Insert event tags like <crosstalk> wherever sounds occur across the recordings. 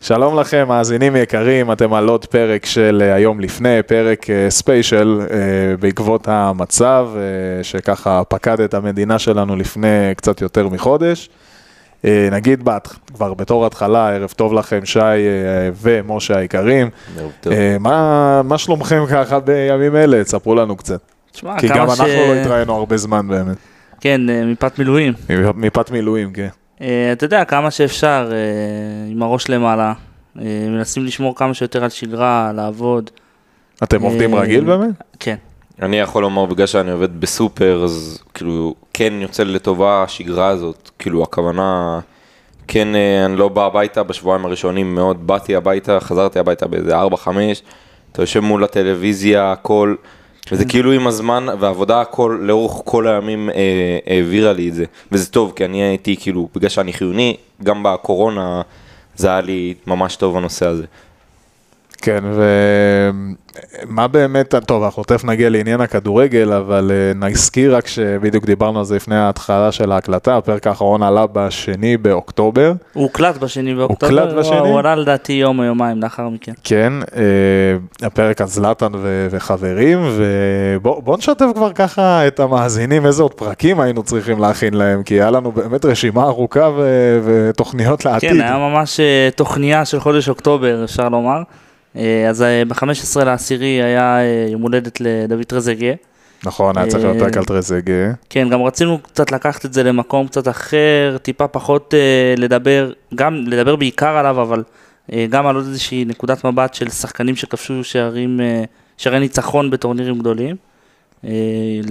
שלום לכם, מאזינים יקרים, אתם על עוד פרק של אה, היום לפני, פרק אה, ספיישל אה, בעקבות המצב אה, שככה פקד את המדינה שלנו לפני קצת יותר מחודש. אה, נגיד בת, כבר בתור התחלה, ערב טוב לכם, שי אה, ומשה היקרים. ערב טוב. אה, מה, מה שלומכם ככה בימים אלה? תספרו לנו קצת. תשמע, כי אה, כמה גם ש... אנחנו לא התראינו הרבה זמן באמת. כן, אה, מפאת מילואים. מפאת מילואים, כן. אה, אתה יודע, כמה שאפשר, אה, עם הראש למעלה. אה, מנסים לשמור כמה שיותר על שגרה, לעבוד. אתם עובדים אה, רגיל באמת? כן. אני יכול לומר, בגלל שאני עובד בסופר, אז כאילו, כן יוצא לי לטובה השגרה הזאת, כאילו, הכוונה, כן, אה, אני לא בא הביתה, בשבועיים הראשונים מאוד באתי הביתה, חזרתי הביתה באיזה 4-5, אתה יושב מול הטלוויזיה, הכל, וזה כאילו עם הזמן, והעבודה, הכל, לאורך כל הימים אה, העבירה לי את זה, וזה טוב, כי אני הייתי, כאילו, בגלל שאני חיוני, גם בקורונה, זה היה לי ממש טוב הנושא הזה. כן, ומה באמת, טוב, אנחנו תכף נגיע לעניין הכדורגל, אבל אה, נזכיר רק שבדיוק דיברנו על זה לפני ההתחלה של ההקלטה, הפרק האחרון עלה בשני באוקטובר. הוא הוקלט בשני באוקטובר. הוקלט בשני? הוא עלה לדעתי יום או יומיים לאחר מכן. כן, אה, הפרק על זלאטן ו- וחברים, ובואו נשתף כבר ככה את המאזינים, איזה עוד פרקים היינו צריכים להכין להם, כי היה לנו באמת רשימה ארוכה ו- ותוכניות לעתיד. כן, היה ממש אה, תוכניה של חודש אוקטובר, אפשר לומר. אה, אז ב-15 לעשירי היה אה, יום הולדת לדוד טרזגיה. נכון, היה צריך אה, להיות פרק על טרזגה. כן, גם רצינו קצת לקחת את זה למקום קצת אחר, טיפה פחות אה, לדבר, גם לדבר בעיקר עליו, אבל אה, גם על עוד איזושהי נקודת מבט של שחקנים שכבשו שערים, אה, שערי ניצחון בטורנירים גדולים. אה,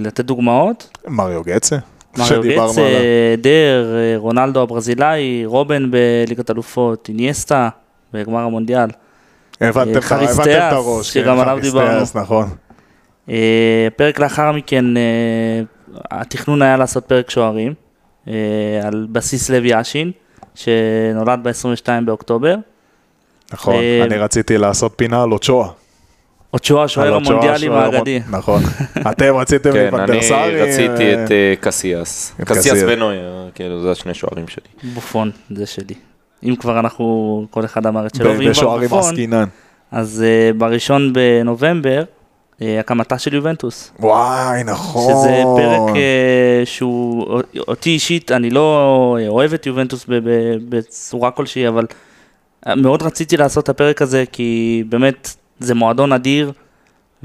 לתת דוגמאות, מריו גצה, מריו גץ, אה, דר, אה, רונלדו הברזילאי, רובן בליגת אלופות, אינייסטה בגמר המונדיאל. הבנתם את חריס הבנתם את תיאס, הראש, שגם כן, עליו חריס דיברנו. תיאס, נכון. אה, פרק לאחר מכן, אה, התכנון היה לעשות פרק שוערים, אה, על בסיס לוי אשין, שנולד ב-22 באוקטובר. נכון, אה, אני רציתי לעשות פינה על אוצ'ואה. אוצ'ואה על שוער אוצ'ואה, המונדיאלי שוער המונ- האגדי. <laughs> נכון. אתם רציתם את כן, אני ונדרסרי. רציתי אה, את אה, קסיאס. את קסיאס קסיאס. ונויר, כאילו, זה השני שוערים שלי. בופון, זה שלי. אם כבר אנחנו, כל אחד אמר את ב- שלו, ואם כבר בשוערים בופון, עסקינן. אז אה, בראשון בנובמבר, אה, הקמתה של יובנטוס. וואי, נכון. שזה פרק אה, שהוא, אותי אישית, אני לא אוהב את יובנטוס ב- ב- בצורה כלשהי, אבל מאוד רציתי לעשות את הפרק הזה, כי באמת זה מועדון אדיר,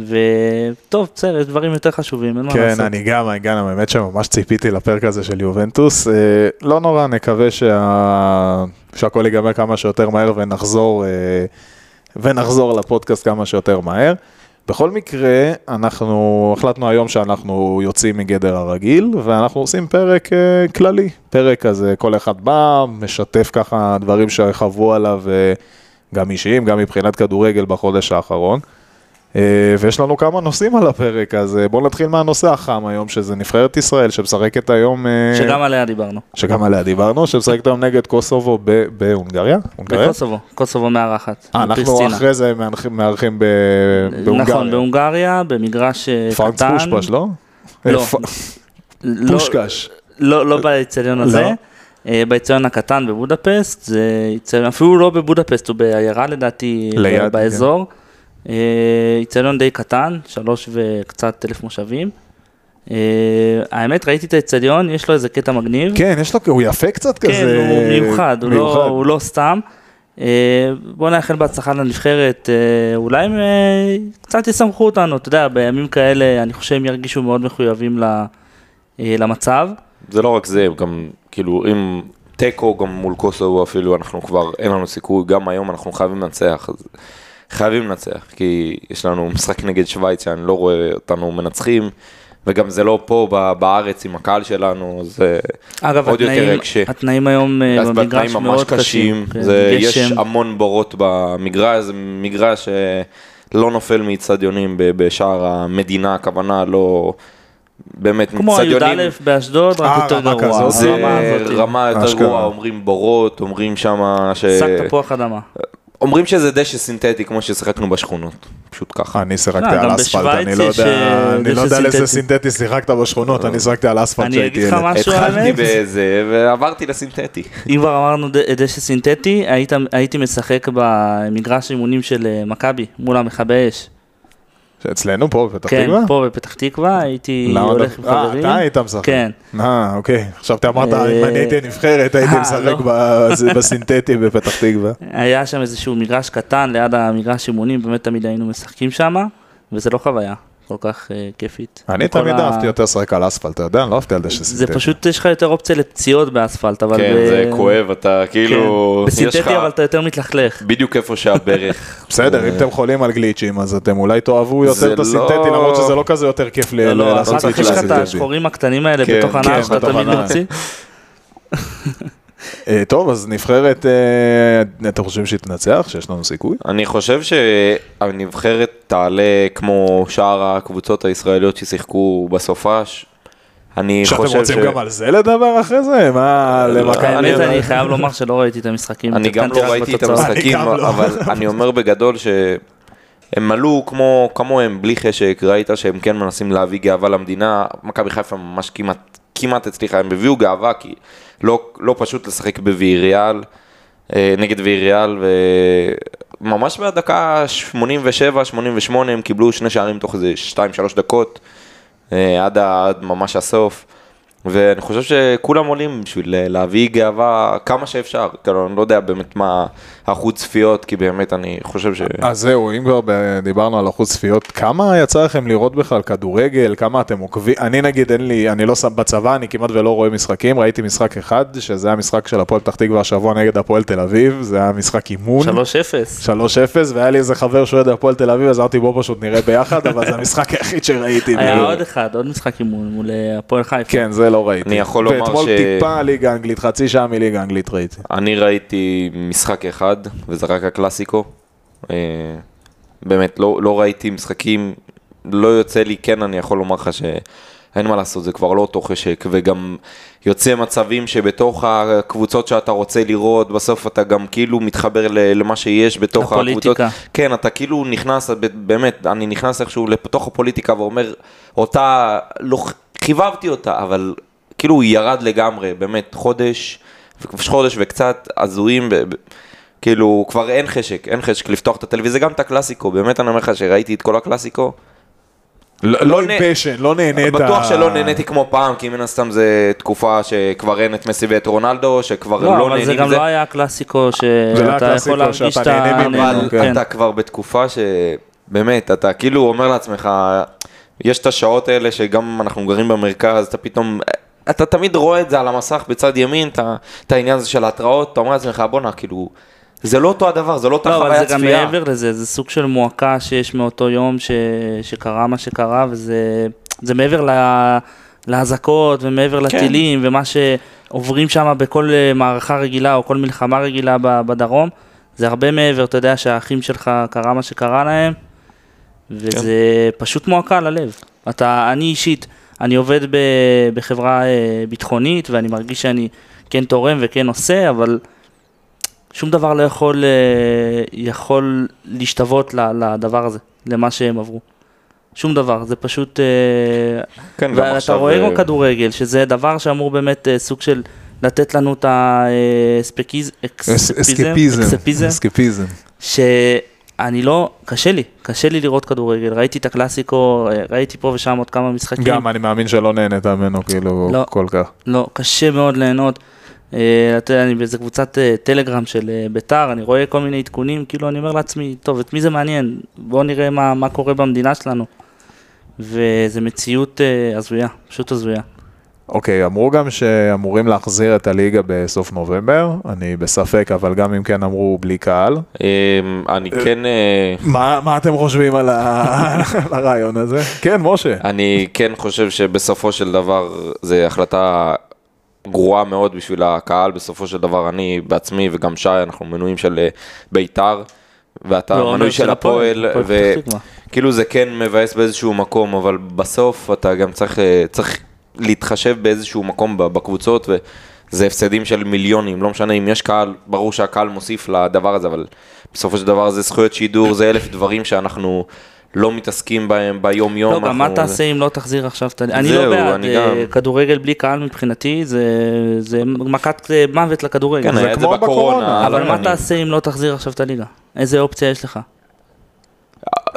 וטוב, בסדר, יש דברים יותר חשובים, אין מה כן, לעשות. אני גם, אני גם, האמת שממש ציפיתי לפרק הזה של יובנטוס. אה, לא נורא, נקווה שה- שהכל ייגמר כמה שיותר מהר ונחזור, אה, ונחזור לפודקאסט כמה שיותר מהר. בכל מקרה, אנחנו החלטנו היום שאנחנו יוצאים מגדר הרגיל, ואנחנו עושים פרק אה, כללי. פרק כזה, כל אחד בא, משתף ככה דברים שחוו עליו, אה, גם אישיים, גם מבחינת כדורגל בחודש האחרון. אה, ויש לנו כמה נושאים על הפרק, אז אה, בואו נתחיל מהנושא החם היום, שזה נבחרת ישראל שמשחקת היום... אה, שגם עליה דיברנו. שגם עליה דיברנו, שמשחקת היום נגד קוסובו ב- בהונגריה? הונגריה? בקוסובו, קוסובו מארחת. כן? אה, אנחנו פריסטינה. אחרי זה מארחים- מארחים ב- נכון, בהונגריה. בהונגריה, במגרש אה, קטן. פרנץ פושפש, לא? לא. אה, פ- לא- פושקש. לא, לא באצטדיון הזה. אה, באצטדיון הקטן בבודפסט, זה אצטדיון, אפילו לא בבודפסט, הוא בעיירה לדעתי, ליד, כן. ליד, באזור. אה, אצטדיון די קטן, שלוש וקצת אלף מושבים. אה, האמת, ראיתי את האצטדיון, יש לו איזה קטע מגניב. כן, יש לו, הוא יפה קצת כן, כזה. הוא מיוחד, הוא לא, הוא לא סתם. אה, בוא נאחל בהצלחה לנבחרת, אה, אולי הם אה, קצת יסמכו אותנו, אתה יודע, בימים כאלה אני חושב שהם ירגישו מאוד מחויבים ל, אה, למצב. זה לא רק זה, גם, כאילו, אם תיקו גם מול קוסובו אפילו, אנחנו כבר, אין לנו סיכוי, גם היום אנחנו חייבים לנצח. אז חייבים לנצח, כי יש לנו משחק נגד שווייץ שאני לא רואה אותנו מנצחים, וגם זה לא פה ב- בארץ עם הקהל שלנו, אז אה, אגב, עוד יותר התנאים, יקשה. התנאים היום אה, אז במגרש בתנאים ממש מאוד קשים, קשים. כן, זה- יש גשם. המון בורות במגרש, זה מגרש אה, לא נופל מאיצטדיונים ב- בשאר המדינה, הכוונה לא, באמת, כמו מאיצטדיונים, י"א באשדוד, רק אה, יותר רמה גרוע. כזאת. זה הרמה הזאת. רמה אה, יותר אשכרה. גרועה, אומרים בורות, אומרים שמה ש... שק תפוח אדמה. אומרים שזה דשא סינתטי כמו ששיחקנו בשכונות, פשוט ככה. אני שיחקתי אה, על גם אספלט, בשוויץ אני לא יש, יודע אה, אני לא דשא יודע על איזה סינתטי. סינתטי שיחקת בשכונות, אני שיחקתי על אספלט אני כשהייתי אגיד לך ילד. משהו התחלתי האמת, בזה ועברתי לסינתטי. אם כבר אמרנו ד- אה, דשא סינתטי, היית- הייתי משחק במגרש אימונים של אה, מכבי, מול המכבי אש. אצלנו פה בפתח כן, תקווה? פה בפתח תקווה, הייתי למה אתה- הולך עם אה, חברים. אתה היית משחק. כן. אה, אוקיי. חשבתי אמרת, אה, אם אני הייתי נבחרת, הייתי אה, משחק לא. בזה- בסינתטי בפתח תקווה. היה שם איזשהו מגרש קטן ליד המגרש אימונים, באמת תמיד היינו משחקים שם, וזה לא חוויה כל כך אה, כיפית. אני כל תמיד ה- אהבתי יותר לשחק על אספלט, אתה יודע? אני לא אהבתי על דשא סינתטי. זה פשוט, יש לך יותר אופציה לפציעות באספלט, אבל... כן, ב- זה כואב, אתה כן. כאילו, יש לך בסינתטי אבל אתה יותר מתלכלך. בדיוק איפה שהברך. בסדר, אם אתם חולים על גליצ'ים, אז אתם אולי תאהבו זה יותר את הסינתטי, לא- למרות שזה לא כזה יותר כיף לי לא, לא, לעשות אחר כך גליצ'ים יש לך את סינתטי. השחורים הקטנים האלה כן, בתוך כן, הנער שאתה בתוך תמיד הנעל. מוציא. אה, טוב, אז נבחרת, אה, אתם חושבים שהיא תנצח? שיש לנו סיכוי? אני חושב שהנבחרת תעלה כמו שאר הקבוצות הישראליות ששיחקו בסופש. אני שאתם חושב רוצים גם על זה לדבר אחרי זה? מה, לא, למה כמה... האמת, אני חייב לומר שלא ראיתי את המשחקים. אני גם התעדכנתי לא רק ראיתי את בתוצאות. המשחקים, אני גם לא. אבל אני אומר בגדול שהם עלו כמו, כמוהם, בלי חשק, ראית שהם כן מנסים להביא גאווה למדינה, מכבי חיפה ממש כמעט, כמעט הצליחה, הם הביאו גאווה, כי לא, לא פשוט לשחק בוויריאל, אה, נגד ויריאל, וממש מהדקה 87-88 הם קיבלו שני שערים תוך איזה 2-3 דקות, אה, עד, ה- עד ממש הסוף. ואני חושב שכולם עולים בשביל אה, להביא גאווה כמה שאפשר, כאילו אני לא יודע באמת מה אחוז צפיות, כי באמת אני חושב ש... אז זהו, אם כבר ב- דיברנו על אחוז צפיות, כמה יצא לכם לראות בכלל כדורגל? כמה אתם עוקבים? אני נגיד, אין לי, אני לא שם בצבא, אני כמעט ולא רואה משחקים, ראיתי משחק אחד, שזה היה משחק של הפועל פתח תקווה השבוע נגד הפועל תל אביב, זה היה משחק אימון. 3-0. 3-0, והיה לי איזה חבר שאוהד הפועל תל אביב, אז אמרתי בוא פשוט נראה ביחד, אבל זה המשחק היחיד שראיתי. היה כאילו. עוד אחד, עוד משחק אימון מול אה, הפועל חיפה. כן, זה לא ראיתי. אני יכול לומר ואתמול ש- טיפה ליגה אנגלית, חצי שעה מליגה אנגלית ראיתי. אני ראיתי משחק אחד, וזה רק הקלאסיקו. אה, באמת, לא, לא ראיתי משחקים, לא יוצא לי, כן, אני יכול לומר לך שאין מה לעשות, זה כבר לא אותו חשק, וגם יוצא מצבים שבתוך הקבוצות שאתה רוצה לראות, בסוף אתה גם כאילו מתחבר ל- למה שיש בתוך לפוליטיקה. הקבוצות. כן, אתה כאילו נכנס, ב- באמת, אני נכנס איכשהו לתוך הפוליטיקה ואומר, אותה, לא, חיבבתי אותה, אבל כאילו הוא ירד לגמרי, באמת, חודש, חודש וקצת הזויים, ב- ב- כאילו, כבר אין חשק, אין חשק לפתוח את הטלוויזיה, גם את הקלאסיקו, באמת אני אומר לך שראיתי את כל הקלאסיקו, לא עם נה- פשן, לא נהנית. בטוח שלא נהניתי כמו פעם, כי מן הסתם זו תקופה שכבר אין את מסי ואת רונלדו, שכבר לא לא, נהנים אבל זה גם לא היה הקלאסיקו לא היה שאתה הקלאסיקו יכול להרגיש שאתה שאתה נהנה ממנו, אבל נהנה. כן. אתה כבר בתקופה שבאמת, אתה כאילו אומר לעצמך, יש את השעות האלה שגם אנחנו גרים במרכז, אתה פתאום, אתה תמיד רואה את זה על המסך בצד ימין, אתה- את העניין הזה של ההתראות, אתה אומר לעצמך, בואנה, כאילו, זה לא אותו הדבר, זה לא אותה לא, אבל חוויה זה גם צפייה. מעבר לזה, זה סוג של מועקה שיש מאותו יום ש... שקרה מה שקרה, וזה זה מעבר ל... לאזעקות ומעבר כן. לטילים ומה שעוברים שם בכל אה, מערכה רגילה או כל מלחמה רגילה ב- בדרום, זה הרבה מעבר, אתה יודע שהאחים שלך קרה מה שקרה להם, וזה כן. פשוט מועקה ללב. אתה, אני אישית, אני עובד ב, בחברה אה, ביטחונית ואני מרגיש שאני כן תורם וכן עושה, אבל שום דבר לא יכול, אה, יכול להשתוות ל- לדבר הזה, למה שהם עברו. שום דבר, זה פשוט... אה, כן, גם ואתה עכשיו, רואה אה, גם כדורגל, שזה דבר שאמור באמת אה, סוג של לתת לנו את אה, האסקפיזם, אסקפיזם, אסקפיזם. שאני לא, קשה לי, קשה לי לראות כדורגל, ראיתי את הקלאסיקו, אה, ראיתי פה ושם עוד כמה משחקים, אוקיי. גם אני מאמין שלא נהנית ממנו כאילו לא. כל כך. לא, קשה מאוד ליהנות. אה, אתה יודע, אני באיזה קבוצת אה, טלגרם של אה, ביתר, אני רואה כל מיני עדכונים, כאילו אני אומר לעצמי, טוב, את מי זה מעניין? בואו נראה מה, מה קורה במדינה שלנו. וזו מציאות אה, הזויה, פשוט הזויה. אוקיי, אמרו גם שאמורים להחזיר את הליגה בסוף נובמבר, אני בספק, אבל גם אם כן אמרו בלי קהל. אה, אני כן... אה, מה מה אתם חושבים על ה- <laughs> על הרעיון הזה? כן, משה. אני כן חושב שבסופו של דבר זו החלטה גרועה מאוד בשביל הקהל, בסופו של דבר אני בעצמי וגם שי, אנחנו מנויים של אה, בית"ר, ואתה לא, מנוי לא, של הפועל, הפועל פתח תקווה. וכאילו זה כן מבאס באיזשהו מקום, אבל בסוף אתה גם צריך, אה, צריך להתחשב באיזשהו מקום ב- בקבוצות, זה הפסדים של מיליונים, לא משנה אם יש קהל, ברור שהקהל מוסיף לדבר הזה, אבל בסופו של דבר זה זכויות שידור, זה אלף דברים שאנחנו לא מתעסקים בהם ביום יום. לא, גם מה תעשה אם לא תחזיר עכשיו את ה... אני לא זהו, בעד אני אה, גם- כדורגל בלי קהל מבחינתי, זה- זה מכת אה, מוות לכדורגל. כן, זה היה את זה כמו בקורונה, בקורונה. אבל מה אני- תעשה אם לא תחזיר עכשיו את הליגה? איזה אופציה יש לך?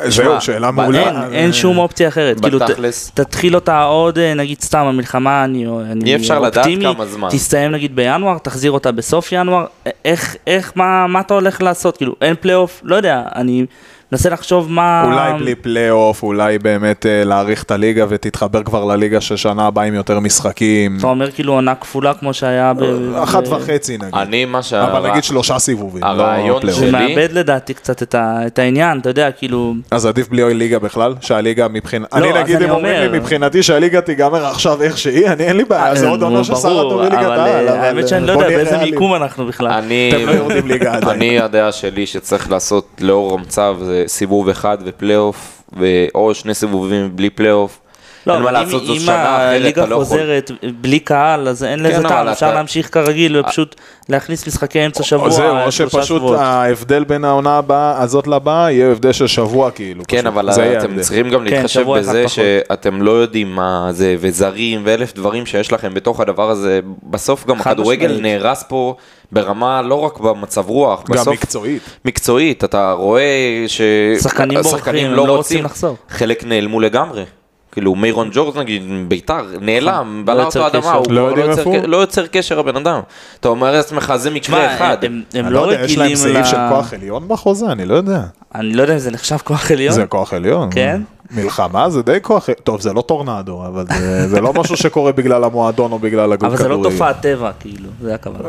זהו, אה, שאלה אין, מעולה. אה, אין שום אופציה אחרת. כאילו, ת- בתכלס. תתחיל אותה עוד, אה, נגיד סתם, המלחמה, אני אני אי אפשר לדעת אופטימי, כמה זמן. תסתיים נגיד בינואר, תחזיר אותה בסוף ינואר, א- איך, איך, מה, מה אתה הולך לעשות? כאילו, אין פלייאוף, לא יודע, אני מנסה לחשוב מה... אולי בלי פלייאוף, אולי באמת אה, להאריך את הליגה ותתחבר כבר לליגה של שנה הבאה עם יותר משחקים. אתה אומר כאילו עונה כפולה כמו שהיה ב... אה, אחת ב- וחצי אה, נגיד. אני, מה שה... אבל נגיד שלושה סיבובים, לא הרעיון פלייאוף. זה שלי- מאבד לדעתי קצת את, ה, את העניין, אתה יודע, כאילו... אז עדיף בלי ליגה בכלל, שהליגה מבחינת... לא, אני אז נגיד, אני אם אומרים אומר- אה, לי מבחינתי שהליגה תיגמר עכשיו איך שהיא, אני אין לי בעיה, אה, זה עוד עונה ברור, ששרדנו בליגת אבל, העל. אה, אבל, האמת שאני לא בוא יודע נהיה באיזה ריאליים. מיקום אנחנו בכלל. אני, אתם לא יורדים ליגה עדיין. אני הדעה שלי שצריך לעשות לאור המצב זה סיבוב אחד ופלייאוף, ו- או שני סיבובים בלי פלייאוף. לא, אין מה אבל אם- לעשות, זו אם שנה אחרת, הליגה אתה לא יכול. כן, חוזרת בלי קהל, אז אין לזה אבל טעם, אתה- אפשר להמשיך כרגיל ופשוט להכניס משחקי אמצע שבוע, או זהו, או אה, שלושה שפשוט שבועות. ההבדל בין העונה הבאה, הזאת לבאה, יהיה הבדל של שבוע כאילו. כן, פשוט. אבל זה יהיה אתם ההבדל. צריכים גם כן, להתחשב שבוע אחד בזה פחות. שאתם לא יודעים מה זה, וזרים ואלף דברים שיש לכם בתוך הדבר הזה. בסוף גם חד הכדורגל משמעית. נהרס פה ברמה לא רק במצב רוח, גם בסוף מקצועית. מקצועית, אתה רואה שחקנים שהשחקנים בורחים, הם לא רוצים לחזור. חלק נעלמו לגמרי. כאילו מיירון ג'ורס נגיד, ביתר, נעלם, לא בלע יוצר אותו אדמה, קשר. הוא לא כבר יודעים יוצר איפה הוא. ק- לא יוצר קשר הבן אדם. אתה אומר לעצמך, זה מקרה תשמע, אחד. הם- הם- הם אני לא לא יודע, יש להם רגילים סעיף של ל... כוח עליון בחוזה, אני לא יודע. אני לא יודע אם זה נחשב כוח עליון. זה כוח עליון. כן? מלחמה זה די כוח, טוב זה לא טורנדו, אבל זה- זה לא משהו שקורה בגלל המועדון או בגלל הגוף אבל כדורי. אה, זה לא תופעת טבע, כאילו, זה הכוונה.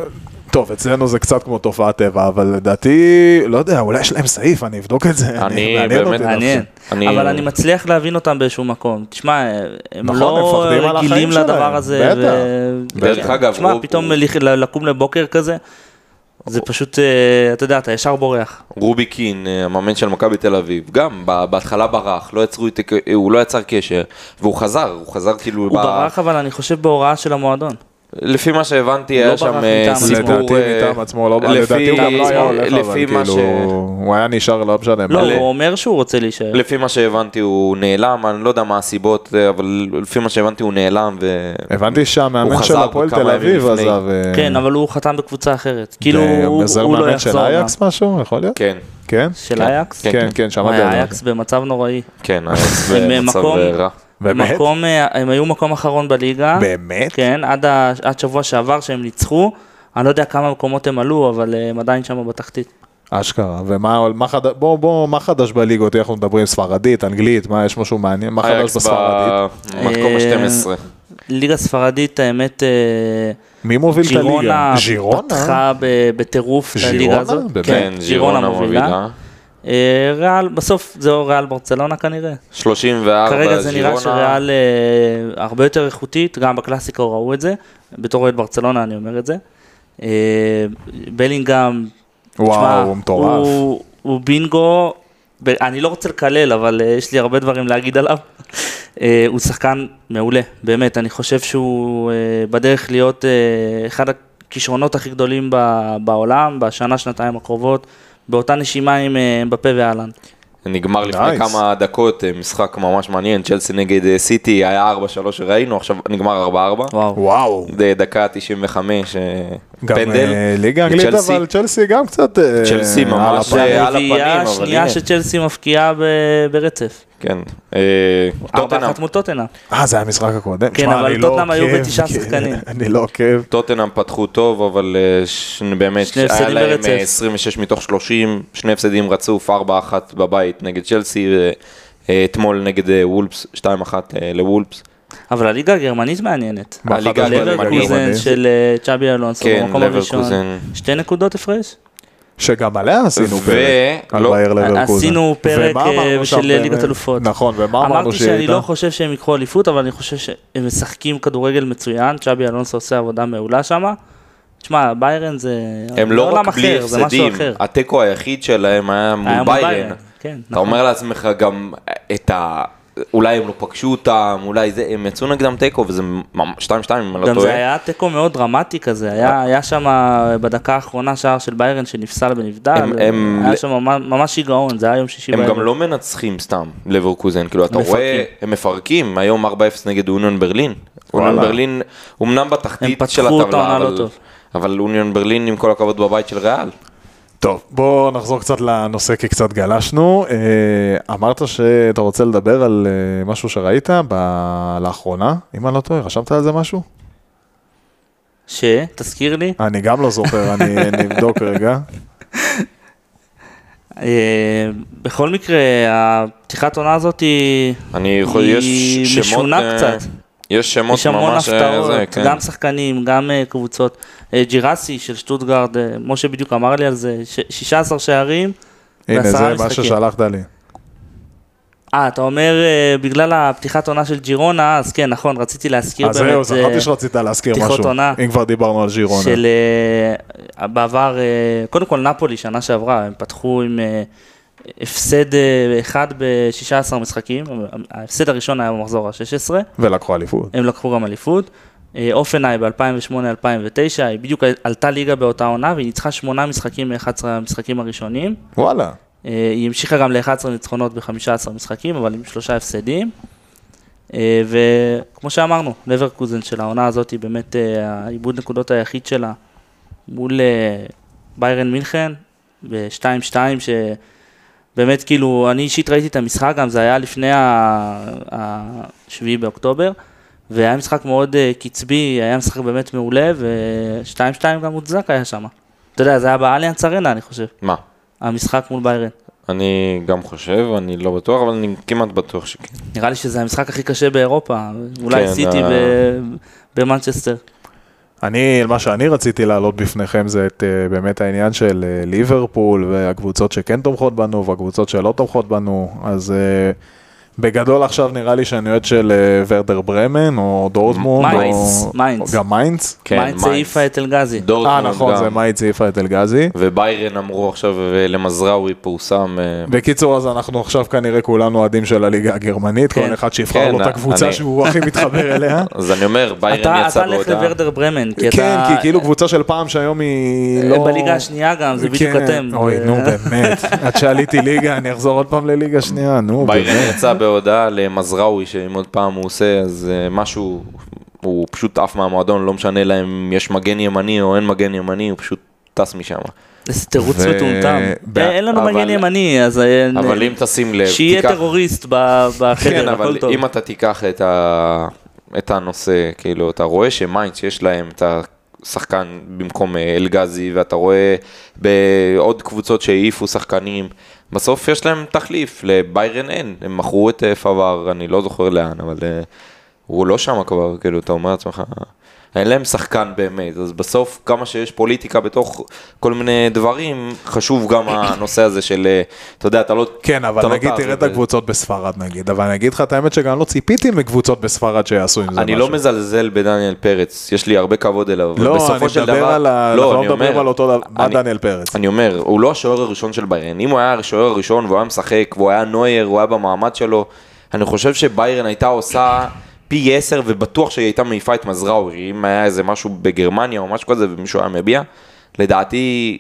טוב, אצלנו זה קצת כמו תופעת טבע, אבל לדעתי, לא יודע, אולי יש להם סעיף, אני אבדוק את זה. נכון. אני מעניין באמת- אותי מעניין. דווקא. אני- אבל אני מצליח להבין אותם באיזשהו מקום. תשמע, אה, הם נכון, לא הם מפחדים על רגילים החיים לדבר שלהם, הזה. בטח. ו- דרך ו- אגב, תשמע, הוא- פתאום הוא- ל- לקום לבוקר כזה, זה פשוט, אה, אתה יודע, אתה ישר בורח. רובי קין, אה, המאמן של מכבי תל אביב, גם ב- בהתחלה ברח, לא יצרו איתו ק- הוא לא יצר קשר, והוא חזר, הוא חזר כאילו... הוא ב- ברח, אבל אני חושב בהוראה של המועדון. לפי מה שהבנתי, היה לא ברח שם מטעם אה, עצמו. סיפור... לדעתי אה, מטעם עצמו, לא, לפי- לדעתי הוא גם לא היה הולך, אבל לפי מה כאילו, ש- הוא היה נשאר, לא משנה. מה. לא, ל- הוא אומר שהוא רוצה להישאר. לפי מה שהבנתי הוא נעלם, אני לא יודע מה הסיבות, אה, אבל לפי מה שהבנתי הוא נעלם ו... הבנתי הוא שהמאמן של חזר הפועל כמה תל ימים אביב לפני. עזב. אה, כן, אבל הוא חתם בקבוצה אחרת. כאילו, אה, הוא עוזר הוא לא מאמן של יחזור. גם. אייקס משהו, יכול להיות? כן, כן? של כן, אייקס? כן, כן, כן, שמעתי וואי, על זה. אייקס במצב נוראי. כן, <laughs> אז הם זה מצב במקום- אה, רע. באמת? מקום, אה, הם היו מקום אחרון בליגה. אה? באמת? כן, עד, ה, עד שבוע שעבר שהם ניצחו. אני לא יודע כמה מקומות הם עלו, אבל אה, הם עדיין שם בתחתית. אשכרה, ומה מה חדש, בוא, בוא, מה חדש בליגות, אנחנו מדברים ספרדית, אנגלית, מה, יש משהו מעניין, מה חדש אייקס בספרדית? במקום ה-12. ליגה ספרדית, האמת, אה, מי מוביל את ג'ירונה הליגה? ג'ירונה? פתחה ב- בטירוף את הליגה ג'ירונה? הזאת. באמת? כן, ג'ירונה מובילה. אה, ריאל, בסוף זה או ריאל ברצלונה כנראה. 34 כרגע זה נראה ג'ירונה. שריאל אה, הרבה יותר איכותית, גם בקלאסיקו ראו את זה, בתור אוהד ברצלונה אני אומר את זה. אה, בלינגהם, תשמע, וואו, הוא מטורף. הוא- הוא בינגו, ב- אני לא רוצה לקלל, אבל אה, יש לי הרבה דברים להגיד עליו. אה, הוא שחקן מעולה, באמת, אני חושב שהוא אה, בדרך להיות אה, אחד הכישרונות הכי גדולים ב- בעולם, בשנה, שנתיים הקרובות, באותה נשימה עם אה, בפה ואלן. נגמר לפני Nice. כמה דקות, אה, משחק ממש מעניין, צ'לסי נגד אה, סיטי, היה 4-3 שראינו, עכשיו נגמר 4-4. וואו. וואו. זה דקה 95, אה, גם פנדל. אה, ליגה אנגלית, וצ'לסי. אבל צ'לסי גם קצת... אה, צ'לסי על ממש, הפנים. אה, על הפנים, הרביעייה אבל השנייה הנה. שצ'לסי מפקיעה ב- ברצף. כן. אה, ארבע טוטנהאם. אחת מול טוטנה. אה, זה היה המשחק הקודם. כן, שמע, אבל אני לא טוטנהאם היו עוקב, בתשעה כי- שחקנים. <laughs> אני לא עוקב. טוטנאם פתחו טוב, אבל אה, ש... באמת, שני היה הפסדים להם ברצף. אה, 26 מתוך 30, שני הפסדים רצוף, 4-1 בבית נגד צ'לסי, ואתמול נגד אה, וולפס, 2-1 אה, לוולפס. אבל הליגה הגרמנית מעניינת. מה הליגה חדש בליגה הגרמנית. לברקוזן הגרמנית? של אה, צ'אבי אלונסו כן, במקום הראשון. לברקוזן. שתי נקודות הפרש? שגם עליה עשינו ו- פרק, על לא. באייר לברקוזן. עשינו פרק, ומה אה, אמרנו שם של באמת? ליגת אלופות. נכון, ומה אמרנו אמרתי שהיא שאני לא הייתה? חושב שהם ייקחו אליפות, אבל אני חושב שהם משחקים כדורגל מצוין, צ'אבי אלונסו עושה עבודה מעולה שם. תשמע, ביירן זה... הם זה לא עולם רק בלי אחר, זה משהו הפסדים, אחר. התיקו היחיד שלהם היה היה מול מול ביירן. כן, אתה אומר לעצמך גם אה, את ה... אולי הם לא פגשו אותם, אולי זה, הם יצאו נגדם תיקו, וזה 2-2 אם אני לא גם זה טועה. אה. היה תיקו מאוד דרמטי כזה, היה, היה שם אה, בדקה האחרונה שער של ביירן שנפסל ונבדל, הם- הם- היה שם ממש- ממש שיגעון, זה היה יום שישי הם בערב. גם לא מנצחים סתם לברקוזן, כאילו אתה כאילו, מפרקים. רואה, הם מפרקים, היום 4-0 נגד אוניון ברלין. אוניון וואלה. ברלין, אמנם בתחתית הם של פתחו אותה הטבלה, עונה לא אבל- טוב. אבל אוניון ברלין עם כל הכבוד בבית של ריאל. טוב, בואו נחזור קצת לנושא כי קצת גלשנו. אה, אמרת שאתה רוצה לדבר על אה, משהו שראית ב- לאחרונה, אם אני לא טועה, רשמת על זה משהו? ש? תזכיר לי. אה. אני גם לא זוכר, אני <laughs> אני אבדוק רגע. אה, בכל מקרה, הפתיחת עונה הזאת אה, היא... אני יכול, היא יש שמות... משונה אה, קצת. יש שמות יש המון ממש... אה, הפתעות, זה, כן. גם שחקנים, גם אה, קבוצות. אה, ג'ירסי של שטוטגרד, אה, משה בדיוק אמר לי על זה, ש- 16 שערים. הנה, ועשרה זה מה משחקים. ששלחת לי. אה, אתה אומר אה, בגלל הפתיחת עונה של ג'ירונה, אז כן, נכון, רציתי להזכיר אז זהו, באמת זכרתי אה, שרצית להזכיר פתיחות משהו, עונה. אם כבר דיברנו על ז'ירונה. של אה, בעבר, אה, קודם כל נפולי שנה שעברה, הם פתחו עם אה, הפסד אה, אחד ב-16 משחקים, ההפסד הראשון היה במחזור ה-16. ולקחו אליפות. הם לקחו גם אליפות. אה, אופנהי ב-2008-2009, היא בדיוק עלתה ליגה באותה עונה והיא ניצחה שמונה משחקים מ-11 המשחקים הראשונים. וואלה. אה, היא המשיכה גם ל-11 ניצחונות ב-15 משחקים, אבל עם שלושה הפסדים. אה, וכמו שאמרנו, לברקוזן של העונה הזאת היא באמת אה, העיבוד נקודות היחיד שלה מול אה, ביירן מינכן ב-2-2, שבאמת כאילו, אני אישית ראיתי את המשחק גם, זה היה לפני ה-7 באוקטובר, והיה משחק מאוד אה, קצבי, היה משחק באמת מעולה, ו-2-2 גם מוצדק היה שם. אתה יודע, זה היה באליאנס ארנה, אני חושב. מה? המשחק מול ביירן. אני גם חושב, אני לא בטוח, אבל אני כמעט בטוח שכן. נראה לי שזה המשחק הכי קשה באירופה, אולי כן, סיטי ה- ב- במנצ'סטר. אני, מה שאני רציתי להעלות בפניכם זה את אה, באמת העניין של אה, ליברפול והקבוצות שכן תומכות בנו והקבוצות שלא תומכות בנו, אז אה, בגדול עכשיו נראה לי שאני אוהד של אה, ורדר ברמן או דורטמונד, או- מיינץ, מיינץ. או גם מיינץ. כן, מיינץ מיינץ. העיפה את אלגזי. אה דורטמונד נכון, גם. זה מיינץ העיפה את אלגזי. וביירן אמרו עכשיו למזרעוי פורסם. אה, בקיצור, אז אנחנו עכשיו כנראה כולנו אוהדים של הליגה הגרמנית, כן. כל אחד שיבחר כן, לו את הקבוצה אני- שהוא הכי מתחבר אליה. אז אני אומר, ביירן אתה יצא אתה לך בהודעה. לוורדר ברמן, <laughs> כי אתה... כן, כי כאילו קבוצה של פעם שהיום היא אה, לא... בליגה השנייה גם, זה בדיוק כן, אתם. אה, אוי, נו <laughs> באמת. עד שעליתי ליגה, אני אחזור עוד פעם לליגה שנייה, נו באמת. ביירן יצא בהודעה למזרעוי, שאם עוד פעם הוא עושה, אז אה, משהו, הוא פשוט עף מהמועדון, לא משנה להם אם יש מגן ימני או אין מגן ימני, הוא פשוט טס משם. איזה תירוץ ו- מטומטם. ב- אה, אין לנו אבל- מגן ימני, אז... אה, אבל אם תשים לב, שיהיה תיקח- טרוריסט ב- כן, בחדר, אבל הכל טוב. לא, אם אתה תיקח את, ה... את הנושא, כאילו, אתה רואה שמיינדס יש להם את השחקן במקום אה, אלגזי, ואתה רואה בעוד קבוצות שהעיפו שחקנים, בסוף יש להם תחליף, לביירן אין, הם מכרו את אה, פאבר, אני לא זוכר לאן, אבל אה, הוא לא שם כבר, כאילו, אתה אומר לעצמך... אין להם שחקן באמת, אז בסוף כמה שיש פוליטיקה בתוך כל מיני דברים, חשוב גם הנושא הזה של, אה, אתה יודע, אתה לא... כן, אתה אבל לא נגיד תעריב תראה את זה. הקבוצות בספרד נגיד, אבל אני אגיד לך את האמת שגם לא ציפיתי מקבוצות בספרד שיעשו עם זה אני משהו. לא מזלזל בדניאל פרץ, יש לי הרבה כבוד אליו, אבל לא, אני בסופו של מדבר דבר... על ה... לא, אנחנו לא אני מדברים אומר- על אותו דבר, מה אני- דניאל פרץ? אני אומר, הוא לא השוער הראשון של ביירן, אם הוא היה השוער הראשון והוא היה משחק, והוא היה נוייר, הוא היה במעמד שלו, אני חושב שביירן הייתה עושה פי 10 ובטוח שהיא הייתה מעיפה את מזראוי, אם היה איזה משהו בגרמניה או משהו כזה ומישהו היה מביע, לדעתי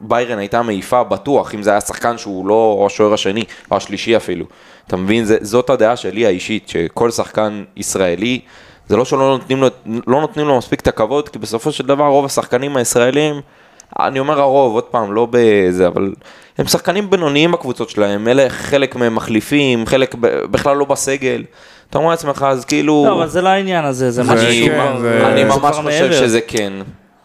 ביירן הייתה מעיפה בטוח, אם זה היה שחקן שהוא לא או השוער השני, או השלישי אפילו. אתה מבין, זה, זאת הדעה שלי האישית, שכל שחקן ישראלי, זה לא שלא נותנים לו, לא נותנים לו מספיק את הכבוד, כי בסופו של דבר רוב השחקנים הישראלים, אני אומר הרוב, עוד פעם, לא בזה, אבל הם שחקנים בינוניים בקבוצות שלהם, אלה חלק מהם מחליפים, חלק ב- בכלל לא בסגל. אתה אומר לעצמך, אז כאילו... לא, אבל זה לא העניין הזה, זה זה משהו אני, שהוא... כן, כבר- זה- אני זה ממש כבר חושב מעבר. שזה כן.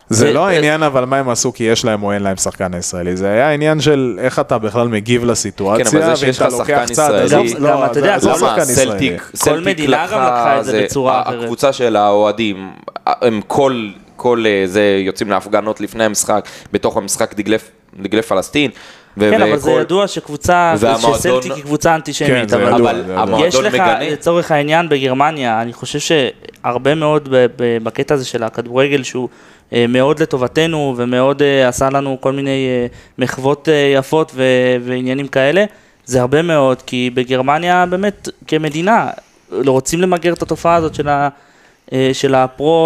זה זה- לא העניין אבל מה הם עשו כי יש להם או אין להם שחקן ישראלי, זה היה העניין של איך אתה בכלל מגיב כן, לסיטואציה, אבל זה שיש לך שחקן ישראלי- עזוב, גם- לא, גם אתה זה- יודע, עזוב כל שחקן ישראלי. סלטיק, כל מדינה גם לקחה את זה בצורה אחרת. אחרת. הקבוצה של האוהדים, הם כל, כל אה, זה יוצאים להפגנות לפני המשחק, בתוך המשחק דגלי, דגלי פלסטין. ו- כן, אבל זה וכל- ידוע שקבוצה, והמועדון- שסלטיק היא קבוצה כן, אנטישמית, זה אבל ידוע, אבל זה ידוע. המועדון יש לך, מגנה. לצורך העניין, בגרמניה, אני חושב שהרבה מאוד ב- ב- בקטע הזה של הכדורגל, שהוא אה, מאוד לטובתנו ומאוד אה, עשה לנו כל מיני אה, מחוות אה, יפות ו- ועניינים כאלה, זה הרבה מאוד, כי בגרמניה באמת, כמדינה, רוצים למגר את התופעה הזאת של, ה, אה, של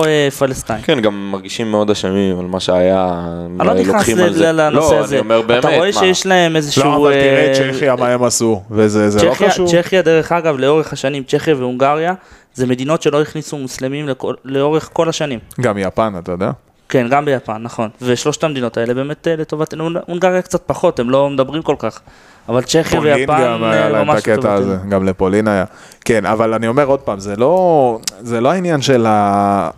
הפרו-פלסטיין. כן, גם מרגישים מאוד אשמים על מה שהיה, אני לא נכנס לוקחים על ל- זה. ל- לנושא לא, הזה. אני אומר באמת, אתה רואה מה? שיש להם איזשהו... לא, אבל תראה אה, צ'כיה, מה הם עשו, וזה זה לא צ'כיה- קשור. צ'כיה, דרך אגב, לאורך השנים, צ'כיה והונגריה, זה מדינות שלא הכניסו מוסלמים לכל- לאורך כל השנים. גם יפן, אתה יודע. כן, גם ביפן, נכון. ושלושת המדינות האלה באמת אה, לטובת... הונ- הונגריה קצת פחות, הם לא מדברים כל כך. אבל צ'כיה פולין ויפן גם היה אה, להם את ממש הקטע הזה, גם לפולין היה. כן, אבל אני אומר עוד פעם, זה לא, זה לא העניין של ה...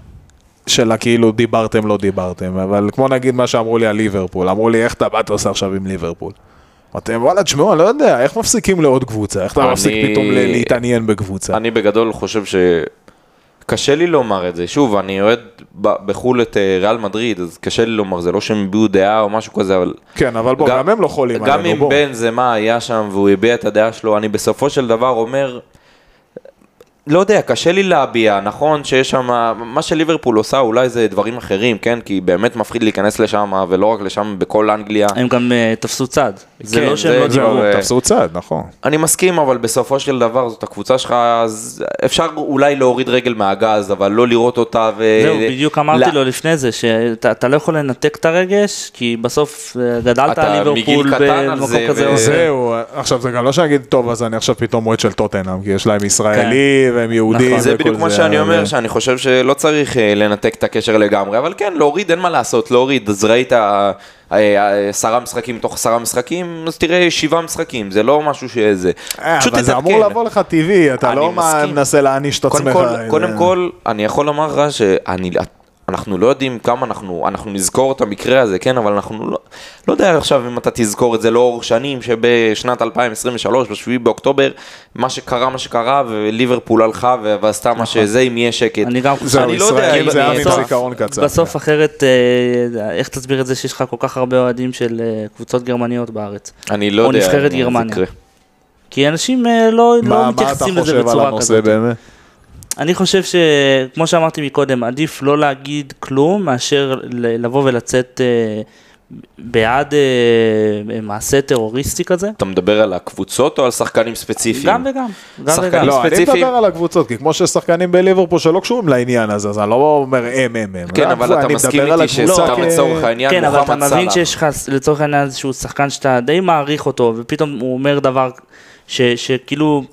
של הכאילו דיברתם לא דיברתם, אבל כמו נגיד מה שאמרו לי על ליברפול, אמרו לי איך טבעת עושה עכשיו עם ליברפול. אמרתם וואלה תשמעו, אני לא יודע, איך מפסיקים לעוד קבוצה, איך אתה אני- מפסיק פתאום ל- להתעניין בקבוצה. כן. אני בגדול חושב ש... קשה לי לומר את זה, שוב, אני אוהד ב- בחו"ל את אה, ריאל מדריד, אז קשה לי לומר, זה לא שהם הביעו דעה או משהו כזה, אבל כן, אבל בוא, גם- גם הם לא חולים גם עלינו, אם בוא. בן זה מה היה שם והוא הביע את הדעה שלו, אני בסופו של דבר אומר, לא יודע, קשה לי להביע, נכון שיש שם, מה שליברפול עושה אולי זה דברים אחרים, כן? כי באמת מפחיד להיכנס לשם, אה, ולא רק לשם, בכל אנגליה. הם גם אה, תפסו צד. זה כן, לא זה- שהם לא זה- דיברו. אה, תפסו צד, נכון. אני מסכים, אבל בסופו של דבר זאת הקבוצה שלך, אז אפשר אולי להוריד רגל מהגז, אבל לא לראות אותה ו... זהו, בדיוק אמרתי לא- לו לפני זה, שאתה אתה לא יכול לנתק את הרגש, כי בסוף אה, גדלת אתה על ליברפול מגיל קטן על במקום זה, כזה. ו- או זה. זהו, עכשיו זה גם לא שנגיד, טוב, אז אני עכשיו פתאום מועד של טוטנאם, כי יש להם ישראלי, והם יהודים, נכון. כן. זה וכל בדיוק מה שאני אבל- אומר, שאני חושב שלא צריך אה, לנתק את הקשר לגמרי, אבל כן, להוריד, אין מה לעשות, להוריד. אז ראית אה, אה, עשרה משחקים תוך עשרה משחקים, אז תראה שבעה משחקים, זה לא משהו שזה. אה, פשוט אבל זה תתעדכן. אמור לבוא לך טבעי, אתה אני לא מה- מסכים. מנסה להעניש את קודם עצמך. כל, אה, זה- קודם כל, אני יכול לומר לך שאנחנו לא יודעים כמה אנחנו, אנחנו נזכור את המקרה הזה, כן, אבל אנחנו לא, לא יודע עכשיו אם אתה תזכור את זה לאורך שנים, שבשנת 2023, ב-7 באוקטובר, מה שקרה, מה שקרה, וליברפול הלכה ו- ועשתה מה שזה, אם יהיה שקט. נכון. אני גם זהו, אני לא יודע, ישראלים אם- זה עם בסוף- זיכרון קצר. בסוף אחרת, אה, איך תסביר את זה שיש לך כל כך הרבה אוהדים של אה, קבוצות גרמניות בארץ? אני לא או יודע. נבחרת אם זה גרמניה. יקרה. כי אנשים אה, לא מה- לא מה אתה מתייחסים לזה חושב על בצורה הנושא כזאת. באמת? אני חושב שכמו שאמרתי מקודם, עדיף לא להגיד כלום מאשר ל- לבוא ולצאת אה, בעד אה, מעשה טרוריסטי כזה. אתה מדבר על הקבוצות או על שחקנים ספציפיים? גם וגם, גם שחקנים וגם. ספציפיים. לא, אני מדבר על הקבוצות, כי כמו שיש שחקנים בליברפול שלא קשורים לעניין הזה, אז אני לא אומר הם, הם, הם. כן, רק אבל כבר, אתה אני מסכים מדבר על איתי הקבוצה שסתם כ- לצורך העניין, כן, אבל אתה מוחמד מבין סאלח. שיש לך לצורך העניין איזשהו שחקן שאתה די מעריך אותו, ופתאום הוא אומר דבר ש, שכאילו,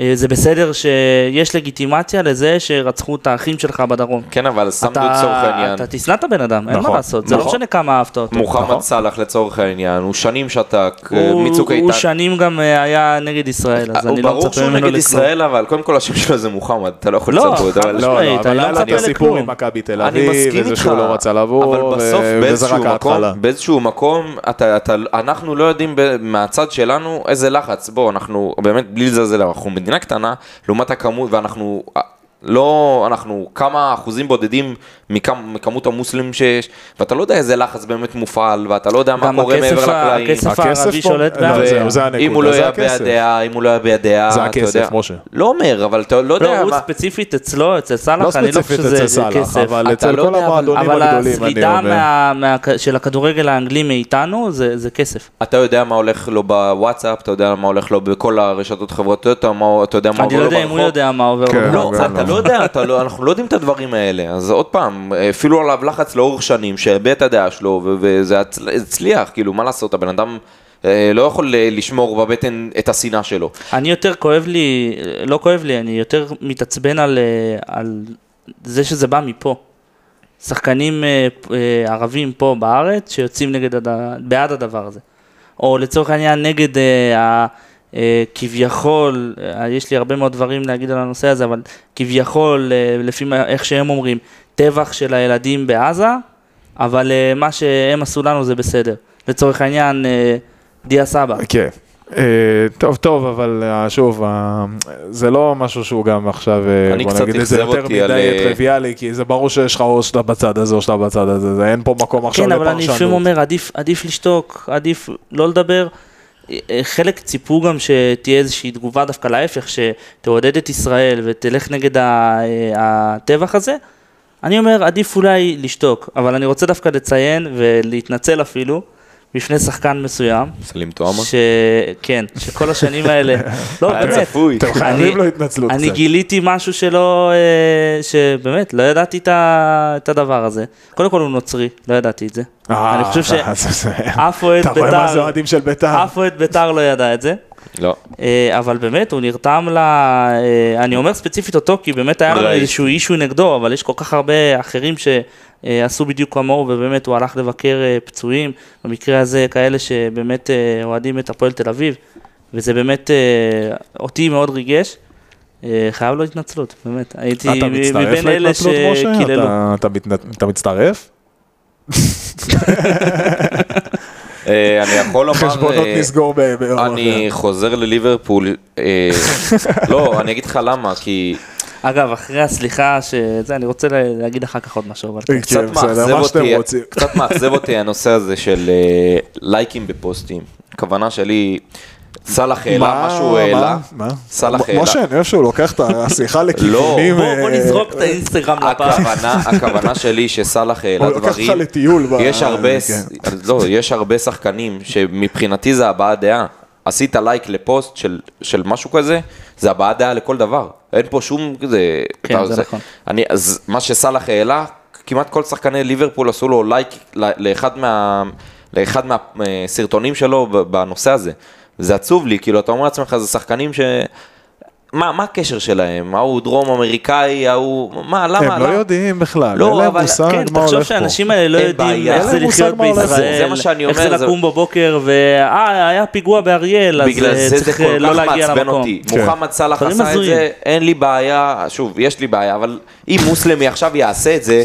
אה, זה בסדר שיש לגיטימציה לזה שרצחו את האחים שלך בדרום. כן, אבל סמדו אתה- לצורך העניין. אתה תשנא את הבן אדם, אין מה נכון, לעשות, זה לא נכון. משנה כמה אהבת אותו. מוחמד נכון. סאלח לצורך העניין, הוא שנים שתק, אה, הוא- מצוק איתן. אה, הוא שנים גם אה, היה נגד ישראל, אז הוא אני לא ברור מצפה שהוא ממנו לכלום. נגד ישראל, אבל קודם כל השם שלו זה מוחמד, אתה לא יכול לא, לצפות, חד אבל לא, לא, משמעית, אבל אני לא היה לה את מצפה הסיפור לכלום. עם מכבי תל אני אביב, מסכים וזה איתך, שהוא לא רצה לבוא, אבל בסוף ו- וזה באיזשהו רק מקום, ההתחלה. באיזשהו מקום, אתה, אתה, אנחנו לא יודעים ב- מהצד שלנו איזה לחץ, בוא, אנחנו באמת בלי לזלזל, אנחנו מדינה קטנה, לעומת הכמות, ואנחנו אה, לא, אנחנו כמה אחוזים בודדים מכמ, מכמות המוסלמים שיש, ואתה לא יודע איזה לחץ באמת מופעל, ואתה לא יודע מה גם קורה הכסף מעבר ה- לקלעים. הכסף הכסף הערבי פה- שולט לא, בעם. זהו, זה הנקודה, אם הוא לא זה יביע הכסף. דעה, אם הוא לא יביע דעה, זה אתה הכסף, יודע. משה. לא אומר, אבל אתה לא לא, יודע הוא מה. ספציפית אצלו, אצל לא סאלח, אני לא ספציפית חושב שזה אצל זה סאלח, כסף. אבל אתה אצל לא כל יודע, אבל- המועדונים אבל הגדולים, אני הסלידה אומר. מה- מה- של הכדורגל האנגלי מאיתנו זה זה כסף. אתה יודע מה הולך לו בוואטסאפ, אתה יודע מה הולך לו בכל הרשתות החברתיות, אתה מה- אתה יודע מה אני עובר לא לו יודע אם הוא ברחוב. יודע מה עובר. כן. לו. לא, אבל- אתה לא יודע, אתה לא- אנחנו לא יודעים את הדברים האלה. אז עוד פעם, הפעילו עליו לחץ לאורך שנים, שהביע את הדעה שלו, ו- וזה הצל- הצליח, כאילו, מה לעשות, הבן אדם אה, לא יכול אה, לשמור בבטן את השנאה שלו. אני יותר כואב לי, לא כואב לי, אני יותר מתעצבן על, אה, על זה שזה בא מפה. שחקנים אה, אה, ערבים פה בארץ שיוצאים נגד, הד- בעד הדבר הזה. או לצורך העניין נגד אה, ה- אה, כביכול, אה, יש לי הרבה מאוד דברים להגיד על הנושא הזה, אבל כביכול, אה, לפי מה- איך שהם אומרים, טבח של הילדים בעזה, אבל אה, מה שהם עשו לנו זה בסדר. לצורך העניין, אה, דיה סבא. כן. אה, טוב, טוב, אבל אה, שוב, אה, זה לא משהו שהוא גם עכשיו, אה, אני בוא קצת נגיד את זה אכזב יותר אותי על, מדי אה, טריוויאלי, כי זה ברור שיש לך או שאתה בצד הזה או שאתה בצד הזה, זה אין פה מקום עכשיו כן, אבל אני לפעמים לפרשנות. אומר, עדיף, עדיף לשתוק, עדיף לא לדבר. אה, אה, חלק ציפו גם שתהיה איזושהי תגובה דווקא להפך, שתעודד את ישראל ותלך נגד ה- אה, הטבח הזה. אני אומר, עדיף אולי לשתוק, אבל אני רוצה דווקא לציין ולהתנצל אפילו בפני שחקן מסוים, סלים תואמה. ש... כן, שכל השנים האלה, לא, היה באמת, צפוי. אתם חייבים אני- לו התנצלות אני קצת. גיליתי משהו שלא, אה, שבאמת, לא ידעתי את ה- את הדבר הזה. קודם כל הוא נוצרי, לא ידעתי את זה. אה, אני חושב ש- אה, זה- זה- <laughs> אף אוהד אתה רואה מה זה בית"ר, אוהדים של בית"ר. אף אוהד בית"ר לא ידע את זה. לא. אה, אבל באמת, הוא נרתם ל... אה, אני אומר ספציפית אותו, כי באמת היה לנו ראיתי. איזשהו אישו נגדו, אבל יש כל כך הרבה אחרים שעשו בדיוק כמוהו, ובאמת הוא הלך לבקר אה, פצועים, במקרה הזה כאלה שבאמת אה, אוהדים את הפועל תל אביב, וזה באמת אה, אותי מאוד ריגש. אה, חייב לו התנצלות, באמת. הייתי אתה מ- מצטרף מבין אלה להתנצלות, משה? שקיללו. אתה- אתה מתנ- אתה מצטרף? אה, אני יכול לומר... <laughs> חשבונות אה, נסגור ב... ב- אני חוזר לליברפול, אה, לא, אני אגיד לך למה, כי כן, אגב, אחרי הסליחה, שזה, אני רוצה לה- להגיד אחר כך עוד משהו, אבל... כן, קצת בסדר, מאכזב מה שאתם אותי- רוצים. קצת מאכזב אותי הנושא הזה של אה, לייקים בפוסטים. הכוונה שלי, סאלח העלה מה- מה שהוא העלה. מה? מה? סאלח מ- העלה. לא. משה, אני אוהב שהוא לוקח את <laughs> השיחה לכיוונים... בוא בוא אה, נזרוק את האינסטגרם אה, לפח. הכוונה, הכוונה שלי שסאלח הוא העלה לוקח אותך דברים, לטיול. ב- יש הרבה, כן. לא, יש הרבה שחקנים שמבחינתי זה הבעת דעה. עשית לייק לפוסט של, של משהו כזה, זה הבעת דעה לכל דבר. אין פה שום כזה... כן, זה נכון. אני, אז מה שסאלח העלה, כמעט כל שחקני ליברפול עשו לו לייק ל- לאחד, מה, לאחד מהסרטונים שלו ב- בנושא הזה. זה עצוב לי, כאילו, אתה אומר לעצמך, זה שחקנים ש... מה, מה הקשר שלהם? ההוא דרום אמריקאי, ההוא... מה, למה? הם לא למה? יודעים בכלל, לא, אין להם אבל- מושג כן, מה הולך פה. תחשוב שהאנשים האלה לא אה, אין יודעים בעיה. איך אין זה להם מושג לחיות מה הולך פה. בישראל, זה מה שאני איך זה אומר, זה- לקום בבוקר ואה, היה פיגוע באריאל, אז בגלל אה, זה זה צריך כל אה, לא כך להגיע מעצבן למקום. אותי. כן. מוחמד סאלח דברים עשה את הזויים. זה, אין לי בעיה, שוב, יש לי בעיה, אבל אם מוסלמי עכשיו יעשה את <laughs> זה,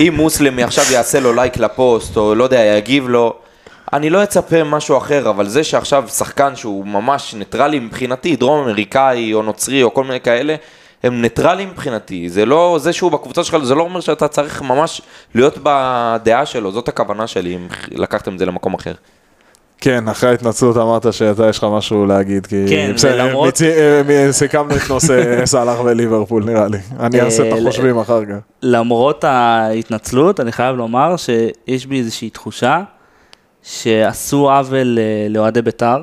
אם מוסלמי עכשיו יעשה לו לייק לפוסט, או לא יודע, יגיב לו, אני לא אצפה משהו אחר, אבל זה שעכשיו שחקן שהוא ממש ניטרלי מבחינתי, דרום אמריקאי או נוצרי או כל מיני כאלה, הם ניטרלים מבחינתי, זה לא, זה שהוא בקבוצה שלך, זה לא אומר שאתה צריך ממש להיות בדעה שלו, זאת הכוונה שלי, אם לקחתם את זה למקום אחר. כן, אחרי ההתנצלות אמרת שאתה יש לך משהו להגיד, כי כן, בסדר, ולמרות- מיצי- אה, מ- סיכמנו את <laughs> נושא סאלח וליברפול נראה לי. אני אעשה את אה, החושבים אחר כך. למרות ההתנצלות, אני חייב לומר שיש בי איזושהי תחושה שעשו עוול אה, לאוהדי בית"ר,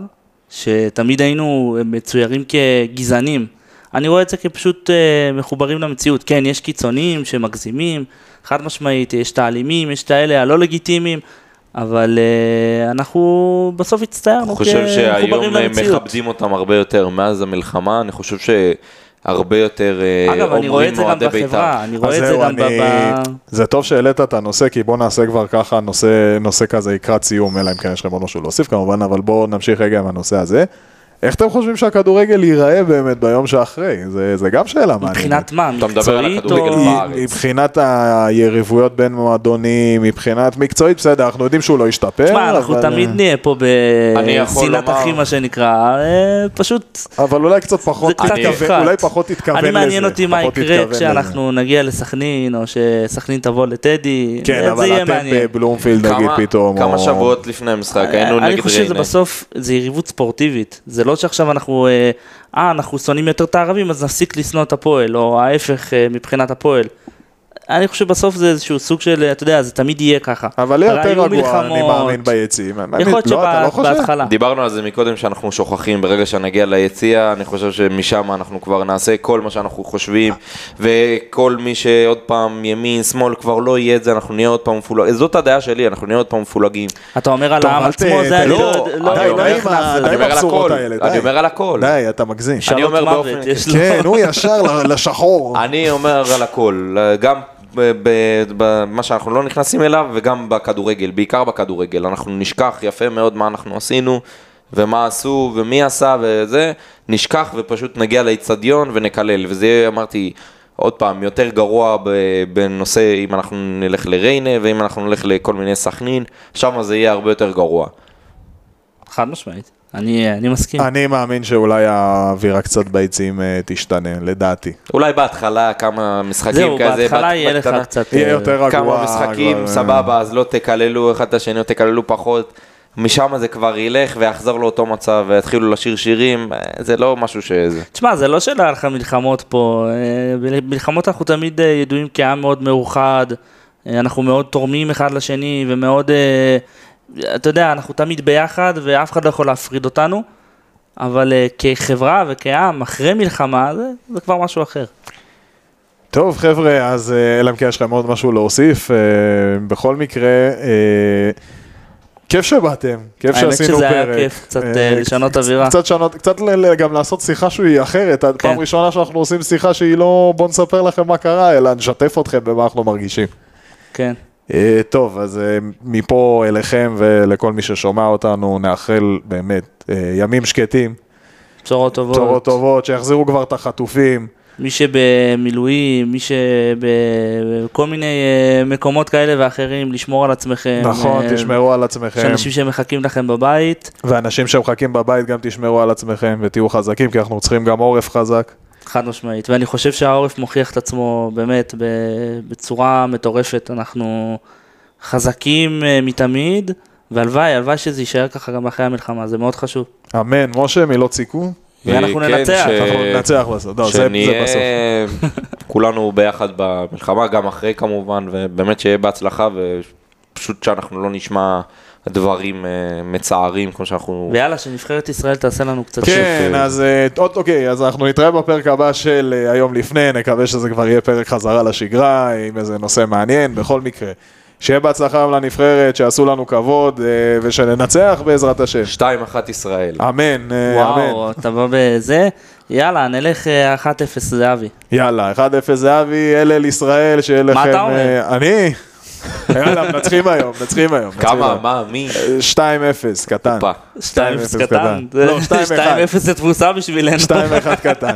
שתמיד היינו מצוירים כגזענים. אני רואה את זה כפשוט אה, מחוברים למציאות. כן, יש קיצונים שמגזימים, חד משמעית, יש את האלימים, יש את האלה הלא לגיטימיים, אבל אה, אנחנו בסוף אני הצטערנו חושב שהיום כמחוברים אה, למציאות. מכבדים אותם הרבה יותר מאז המלחמה, אני חושב שהרבה יותר אה, אגב, אני רואה את אומרים זה גם מאוהדי בית"ר. בחברה, אני רואה אז את זה זהו, גם ב... אני- ב- זה טוב שהעלית את הנושא, כי בוא נעשה כבר ככה נושא, נושא כזה לקראת סיום, אלא אם כן יש לכם עוד משהו להוסיף כמובן, אבל בואו נמשיך רגע עם הנושא הזה. איך אתם חושבים שהכדורגל ייראה באמת ביום שאחרי? זה, זה גם שאלה מעניינת. מבחינת מה, אתה מדבר על מקצועית הכדורגל או... בארץ. מבחינת היריבויות בין מועדונים, מבחינת מקצועית, בסדר, אנחנו יודעים שהוא לא השתפר. תשמע, אנחנו אבל- אה, תמיד נהיה פה אני יכול בשנאת לומר- אחים, מה שנקרא, אה, פשוט, אבל אולי קצת פחות קצת תתכוון, יפחת. אולי פחות תתכוון לזה. אני מעניין אותי מה פחות יקרה תתכוון כשאנחנו נגיע לסכנין, או שסכנין תבוא לטדי, לזה. כן, זה זה אבל יהיה אתם מעניין. בבלומפילד נגיד כמה- פתאום. כמה או- שבועות לפני המשחק, היינו אה, אני נגד חושב שזה ריינה. בסוף, זה יריבות ספורטיבית, זה לא שעכשיו אנחנו, אה, אה, אנחנו שונאים יותר את הערבים, אז נפסיק לשנוא את הפועל, או ההפך אה, מבחינת הפועל. אני חושב שבסוף זה איזשהו סוג של, אתה יודע, זה תמיד יהיה ככה. אבל יהיה יותר היו רגוע, אני מלחמות. מאמין ביציעים. אני- יכול להיות לא, אתה לא חושב? שבהתחלה. דיברנו על זה מקודם שאנחנו שוכחים ברגע שנגיע ליציע, אני חושב שמשם אנחנו כבר נעשה כל מה שאנחנו חושבים, וכל מי שעוד פעם ימין, שמאל, כבר לא יהיה את זה, אנחנו נהיה עוד פעם מפולגים, זאת הדעה שלי, אנחנו נהיה עוד פעם מפולגים. אתה אומר על טוב, העם אל ת- עצמו, ת- זה אני לא, לא לא- די, לא די עם נכנס ה- לזה. די אני אומר על הבשורות הכל, האלה, די. אני אומר על הכל. די, אתה מגזים. אני שלוט אומר מוות, באופן- יש <laughs> לו. כן, הוא ישר ל- לשחור. אני אומר על הכל, גם במה שאנחנו לא נכנסים אליו וגם בכדורגל, בעיקר בכדורגל, אנחנו נשכח יפה מאוד מה אנחנו עשינו ומה עשו ומי עשה וזה, נשכח ופשוט נגיע לאיצטדיון ונקלל, וזה יהיה, אמרתי, עוד פעם, יותר גרוע ב- בנושא אם אנחנו נלך לריינה ואם אנחנו נלך לכל מיני סכנין, שם זה יהיה הרבה יותר גרוע. חד משמעית, אני <laughs> אני מסכים. אני מאמין שאולי האווירה קצת ביציעים אה, תשתנה, אה, לדעתי. אולי בהתחלה כמה משחקים זהו, כזה, בהתחלה בת- יהיה לך בקטנה. קצת... יהיה אה, יותר רגוע. כמה משחקים, כבר, אה, סבבה, אז לא תקללו אחד את השני או תקללו פחות. משם זה כבר ילך ויחזור לאותו מצב ויתחילו לשיר שירים, אה, זה לא משהו שזה. תשמע, זה לא שלא היה לך מלחמות פה, אה, ב- מלחמות אנחנו תמיד אה, ידועים כעם מאוד מאוחד, אה, אנחנו מאוד תורמים אחד לשני ומאוד... אה, אתה יודע, אנחנו תמיד ביחד ואף אחד לא יכול להפריד אותנו, אבל אה, כחברה וכעם, אחרי מלחמה, זה, זה כבר משהו אחר. טוב חבר'ה, אז אה, אלא אם כן יש לכם עוד משהו להוסיף, אה, בכל מקרה, אה, כיף שבאתם, כיף האמת שעשינו שזה פרק. היה כיף קצת, אה, אה, לשנות אווירה. קצת לשנות, קצת ל- ל- גם לעשות שיחה שהיא אחרת, כן. פעם ראשונה שאנחנו עושים שיחה שהיא לא בוא נספר לכם מה קרה, אלא נשתף אתכם במה אנחנו מרגישים. כן. אה, טוב, אז אה, מפה אליכם ולכל מי ששומע אותנו, נאחל באמת אה, ימים שקטים, בשורות טובות. צורות טובות, שיחזירו כבר את החטופים. מי שבמילואים, מי שבכל מיני אה, מקומות כאלה ואחרים, לשמור על עצמכם. נכון, אה, תשמרו על עצמכם. יש אנשים שמחכים לכם בבית, ואנשים שמחכים בבית גם תשמרו על עצמכם ותהיו חזקים, כי אנחנו צריכים גם עורף חזק. חד משמעית. ואני חושב שהעורף מוכיח את עצמו באמת ב- בצורה מטורפת. אנחנו חזקים אה, מתמיד, והלוואי, הלוואי שזה יישאר ככה גם אחרי המלחמה, זה מאוד חשוב. אמן. משה, מילות סיכום? ואנחנו אה, כן, ננצח, ש- אנחנו ננצח בסוף. לא, זה- זה בסוף. שנהיה <laughs> כולנו ביחד במלחמה, גם אחרי כמובן, ובאמת שיהיה בהצלחה, ופשוט שאנחנו לא נשמע דברים אה, מצערים כמו שאנחנו... ויאללה, שנבחרת ישראל תעשה לנו קצת שיר. כן, פשוט, אה, אז אה, עוד אוקיי, אז אנחנו נתראה בפרק הבא של אה, היום לפני, נקווה שזה כבר יהיה פרק חזרה לשגרה, עם איזה נושא מעניין, בכל מקרה. שיהיה בהצלחה היום לנבחרת, שיעשו לנו כבוד, אה, ושננצח בעזרת השם. 2-1 ישראל. אמן, אה, אמן. וואו, אתה בא בזה, יאללה, נלך אה, 1-0 זהבי. יאללה, 1-0 זהבי, אל אל ישראל, שיהיה לכם... אתה אומר? אה, אני? <laughs> יאללה, מנצחים היום, מנצחים היום. מנצחים כמה? היום. מה? מי? 2-0, קטן. פה. 2-0 2-0 קטן, קטן. לא, <laughs> 2-1. 2-0 זה תבוסה בשבילנו. 2-1 קטן.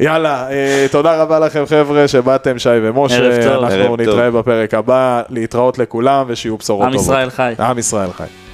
יאללה, אה, תודה רבה לכם חבר'ה שבאתם, שי ערב ומשה, טוב. אנחנו ערב טוב. נתראה בפרק הבא, להתראות לכולם ושיהיו בשורות עם טובות. ישראל חי. עם ישראל חי.